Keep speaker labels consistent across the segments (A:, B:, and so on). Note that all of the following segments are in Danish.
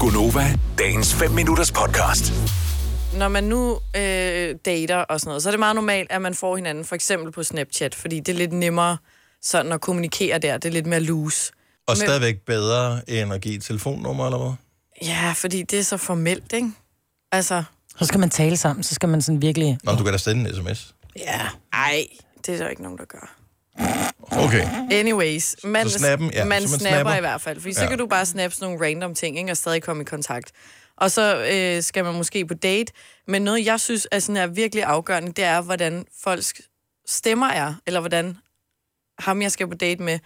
A: Gunova, dagens 5 minutters podcast.
B: når man nu øh, dater og sådan noget, så er det meget normalt, at man får hinanden for eksempel på Snapchat, fordi det er lidt nemmere sådan at kommunikere der. Det er lidt mere loose.
C: Og stadigvæk bedre end at give et telefonnummer, eller hvad?
B: Ja, fordi det er så formelt, ikke? Altså,
D: Så skal man tale sammen, så skal man sådan virkelig...
C: Nå, du kan da sende en sms.
D: Ja.
B: ej, det er der ikke nogen, der gør.
C: Okay.
B: Anyways, man,
C: Så snappen, ja,
B: man, man
C: så man
B: snapper,
C: snapper.
B: i hvert fald, fordi ja. så
C: Ja.
B: kan du bare snappe sådan nogle random ting, ikke, og stadig komme i kontakt. Og så øh, skal man måske på date, men noget, jeg synes er, sådan, er virkelig afgørende, det er, hvordan folks stemmer er, eller hvordan ham, jeg skal på date med,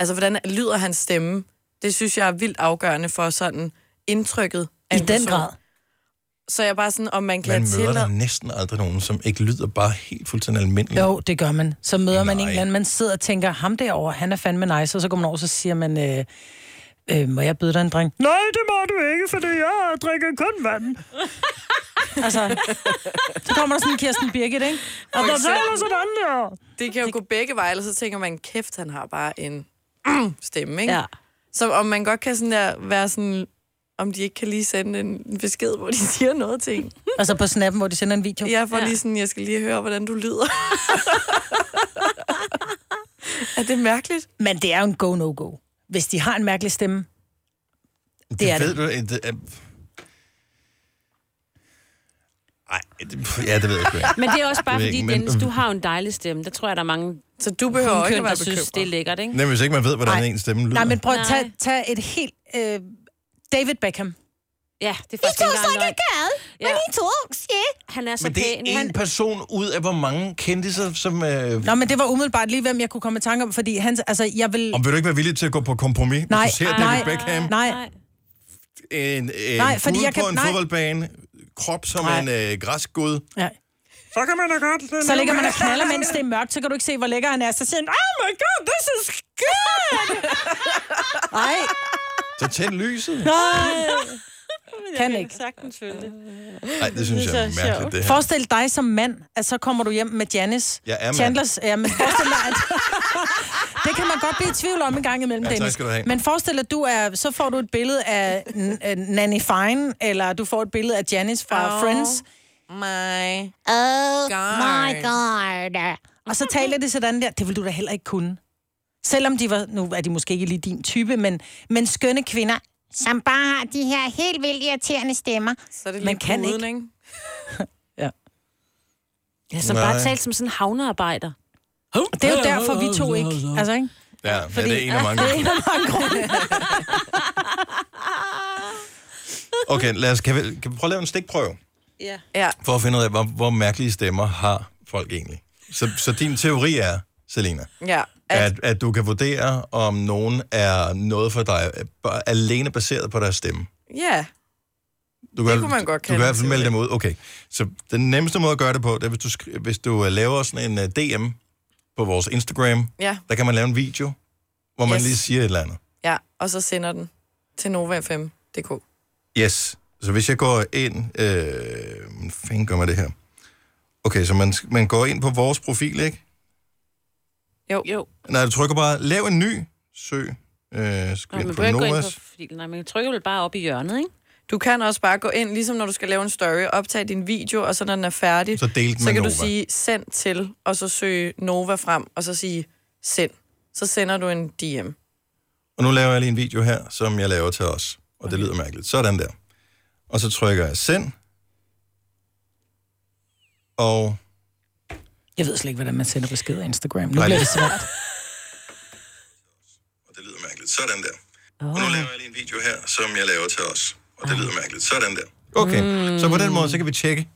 B: altså hvordan lyder hans stemme, det synes jeg er vildt afgørende for sådan indtrykket af
D: I
B: en
D: den
B: person.
D: grad.
B: Så jeg er bare sådan, om man kan
C: Man møder
B: tillade...
C: da næsten aldrig nogen, som ikke lyder bare helt fuldstændig almindelig.
D: Jo, det gør man. Så møder man
C: Nej.
D: en eller anden, man sidder og tænker, ham derovre, han er fandme nice, og så går man over, så siger man, øh, øh, må jeg byde dig en drink? Nej, det må du ikke, for jeg drikker kun vand. altså, så kommer der sådan en Kirsten Birgit, ikke? Og der taler sådan der.
B: Det kan jo gå begge veje, eller så tænker man, kæft, han har bare en stemme, ikke?
D: Ja.
B: Så om man godt kan sådan der, være sådan, om de ikke kan lige sende en en besked, hvor de siger noget til en.
D: Altså på snappen, hvor de sender en video.
B: Jeg får lige sådan, jeg skal lige høre, hvordan du lyder. er det mærkeligt?
D: Men det er jo en go-no-go. Hvis de har en mærkelig stemme,
C: det,
D: det er
C: ved det. du... Det er... Ej, det, ja, det ved jeg sgu ikke.
E: Men det er også bare
C: Det ved jeg
E: fordi,
C: ikke, men-
E: Dennis, du har jo en dejlig stemme. Der tror jeg, der er mange
B: Så du behøver ikke
E: køn,
B: at
E: der
B: være
E: synes, det er
B: bekymret.
E: lækkert, ikke?
C: Nemlig, hvis ikke man ved, hvordan
D: Nej.
C: ens stemme lyder.
D: Nej, men prøv at
E: Nej.
D: tage, tage et helt... Øh, David Beckham.
E: Ja, det er faktisk ikke engang løgn.
D: gad,
E: men Ja. I
D: talks, yeah.
E: Han er så
C: men det er
E: pæn.
C: en
E: Han,
C: person ud af, hvor mange kendte sig, som... Øh...
D: Nå, men det var umiddelbart lige, hvem jeg kunne komme i tanke om, fordi han, altså, jeg vil...
C: Om vil du ikke være villig til at gå på kompromis, hvis
D: Nej, ah,
C: du ser
D: nej,
C: David Beckham?
D: Nej,
C: En, øh,
D: Nej, fordi
C: gud
D: jeg kan-
C: på en
D: nej.
C: fodboldbane, krop som
D: Nej.
C: en øh, græsgud.
D: nej.
C: Så kan man da godt...
D: Så ligger man og knaller, mens det er mørkt, så kan du ikke se, hvor lækker han er. Så siger han, oh my god, this is good! Ej,
C: Så tænd lyset.
D: nej. Kan ikke.
E: sagtens følge det.
C: Nej, det synes jeg er mærkeligt, det her.
D: Forestil dig som mand, at så kommer du hjem med Janice.
C: Jeg er mand.
D: Chandlers, ja, men forestil dig, at... Det kan man godt blive i tvivl om en gang imellem,
C: Ja, tak
D: Dennis.
C: skal du have.
D: Men forestil dig, at du er, så får du et billede af n- øh, Nanny Fine, eller du får et billede af Janice fra
B: Åh.
D: oh. Friends.
B: My
D: Oh
B: God.
D: god. Og så taler det sådan der, det vil du da heller ikke kunne. Selvom de var, nu er de måske ikke lige din type, men, men skønne kvinder, som bare har de her helt vildt irriterende stemmer.
B: Så er det lige
D: Man kan
B: puden,
D: ikke.
B: ikke?
E: Ja, som
C: Nej.
E: bare talt som sådan en havnearbejder.
D: Det er jo derfor, vi to ikke. Altså, ikke?
C: Ja, fordi... ja, det er en af mange.
D: Det er en af mange grunde.
C: Okay, lad os, kan, vi, kan vi prøve at lave en stikprøve,
E: Ja.
B: Ja.
C: for at finde ud af, hvor, hvor mærkelige stemmer har folk egentlig. Så, så din teori er, Selina,
B: ja. At,
C: at, at du kan vurdere, om nogen er noget for dig, øh, bare alene baseret på deres stemme.
B: ja.
C: Du kan,
B: kunne man godt kalde
C: Du kan i
B: en
C: hvert fald melde
B: teori.
C: dem ud. Okay, så den nemmeste måde at gøre det på, det er, hvis du, skri- hvis du øh, laver sådan en øh, DM på vores Instagram,
B: Ja.
C: der kan man lave en video, hvor man
B: Yes.
C: lige siger et eller andet.
B: Ja. Og så sender den til NovaFM.dk.
C: Yes. Så hvis jeg går ind... Øh, hvordan fanden gør man det her? Okay, så man, man går ind på vores profil, ikke?
B: Jo.
E: Jo.
C: Nej, du trykker bare, lav en ny søg. Øh,
E: Nå,
C: skal vi
E: man
C: ind på
E: behøver ikke gå ind
C: Novas.
E: på filen. Nej, man trykker vel bare op i hjørnet, ikke?
B: Du kan også bare gå ind, ligesom når du skal lave en story, optage din video, og så når den er færdig,
C: Så del den
B: så
C: med
B: kan du
C: Nova.
B: sige send til, og så søge Nova frem, og så sige send. Så sender du en DM.
C: Og nu laver jeg lige en video her, som jeg laver til os. Og det lyder mærkeligt. Sådan der. Og så trykker jeg send. Og
D: Jeg ved slet ikke, hvordan man sender beskeder på Instagram. Nu
C: Nej,
D: bliver det
C: det-
D: svært.
C: Og det lyder mærkeligt. Sådan der. Oh. Og nu laver jeg lige en video her, som jeg laver til os. Og
E: Ah.
C: det lyder mærkeligt. Sådan der. Okay, mm. så på
E: Hmm.
C: den måde, så kan vi tjekke,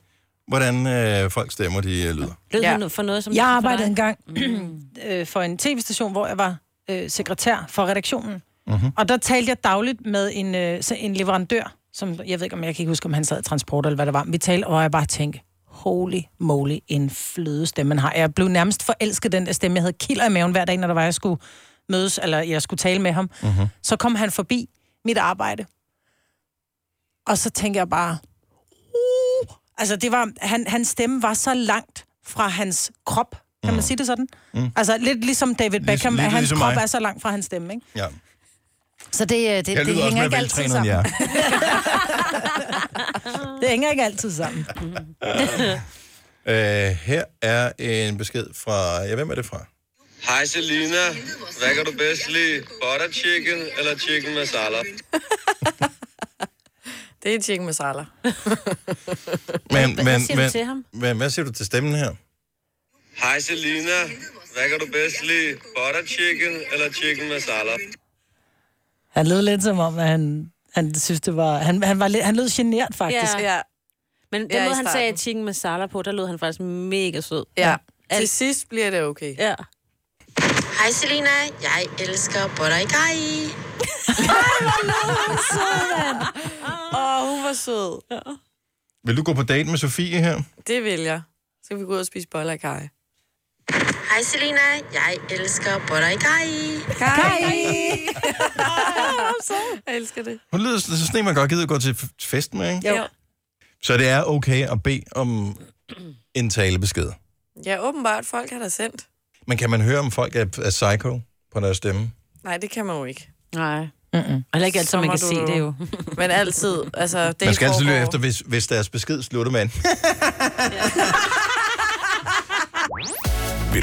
C: hvordan øh, folk stemmer, de øh, lyder.
E: Lød
B: Ja.
E: ja. for noget, som
D: Jeg
E: for dig? Mm.
D: arbejdede engang øh, for en tv-station, hvor jeg var øh, sekretær for redaktionen. Mm-hmm. Og der talte jeg dagligt med en, øh, så en leverandør, som jeg ved ikke, om jeg kan ikke huske, om han sad i transport eller hvad det var. Men vi talte, og jeg bare tænkte, holy moly, en fløde stemme man har. Jeg blev nærmest forelsket den der stemme. Jeg havde kilder i maven hver dag, når der var, jeg skulle mødes, eller jeg skulle tale med ham. Mm-hmm. Så kom han forbi mit arbejde. Og så tænkte jeg bare, uh, altså det var, han, hans stemme var så langt fra hans krop, kan man sige det sådan? Mm. Altså lidt ligesom David Beckham,
C: Mm. lidt
D: at hans
C: ligesom
D: krop
C: mig.
D: er så langt fra hans stemme, ikke?
C: Ja.
F: Så det, øh, det,
C: Jeg
F: det
C: lyder også
F: hænger
C: mere
F: ikke altid
C: veltrænet end
F: sammen.
C: jer.
D: Det hænger ikke altid sammen.
C: Øh, her er en besked fra... Ja, hvem er det fra?
G: Hej Selina. Hvad kan du bedst lide? Butter chicken eller chicken masala?
B: Det er chicken masala.
C: Men,
E: hvad siger du til ham?
C: Men, hvad siger du til stemmen her?
G: Hej Selina. Hvad kan du bedst lide? Butter chicken eller chicken masala?
D: Han lød lidt som om, at han, han synes, det var... Han, han, var lidt, han lød genert, faktisk.
E: Ja.
D: Ja.
B: Ja,
E: Men den
B: Ja, i
E: måde, han
B: starten.
E: sagde chicken masala på, der lød han faktisk mega sød.
B: ja.
E: Alt-
B: Til sidst bliver det okay.
E: Ja.
H: Hej Selina, jeg elsker Boraikai.
B: Åh, hun var sød.
C: Vil du gå på date med Sofie her?
B: Det vil jeg. Så kan vi gå ud og spise boller af kaj.
H: Hej Selina, jeg elsker Boraikai.
B: Jeg elsker det.
C: Hun lyder sådan sådan en, man godt gider gå til f- fest med, ikke?
B: Jo.
C: Så det er okay at bede om en talebesked.
B: Ja, åbenbart. Folk har da sendt.
C: Men kan man høre, om folk er, er psycho på deres stemme?
B: Nej, det kan man jo ikke.
E: Nej. Mm-mm. Eller ikke altid,
B: Så
E: man
B: må
E: kan
B: du-
E: se det jo.
B: Men altid, altså... Det
C: Man skal altid lytte
B: foregår-
C: efter, hvis, hvis deres besked slutter med en.
A: Vil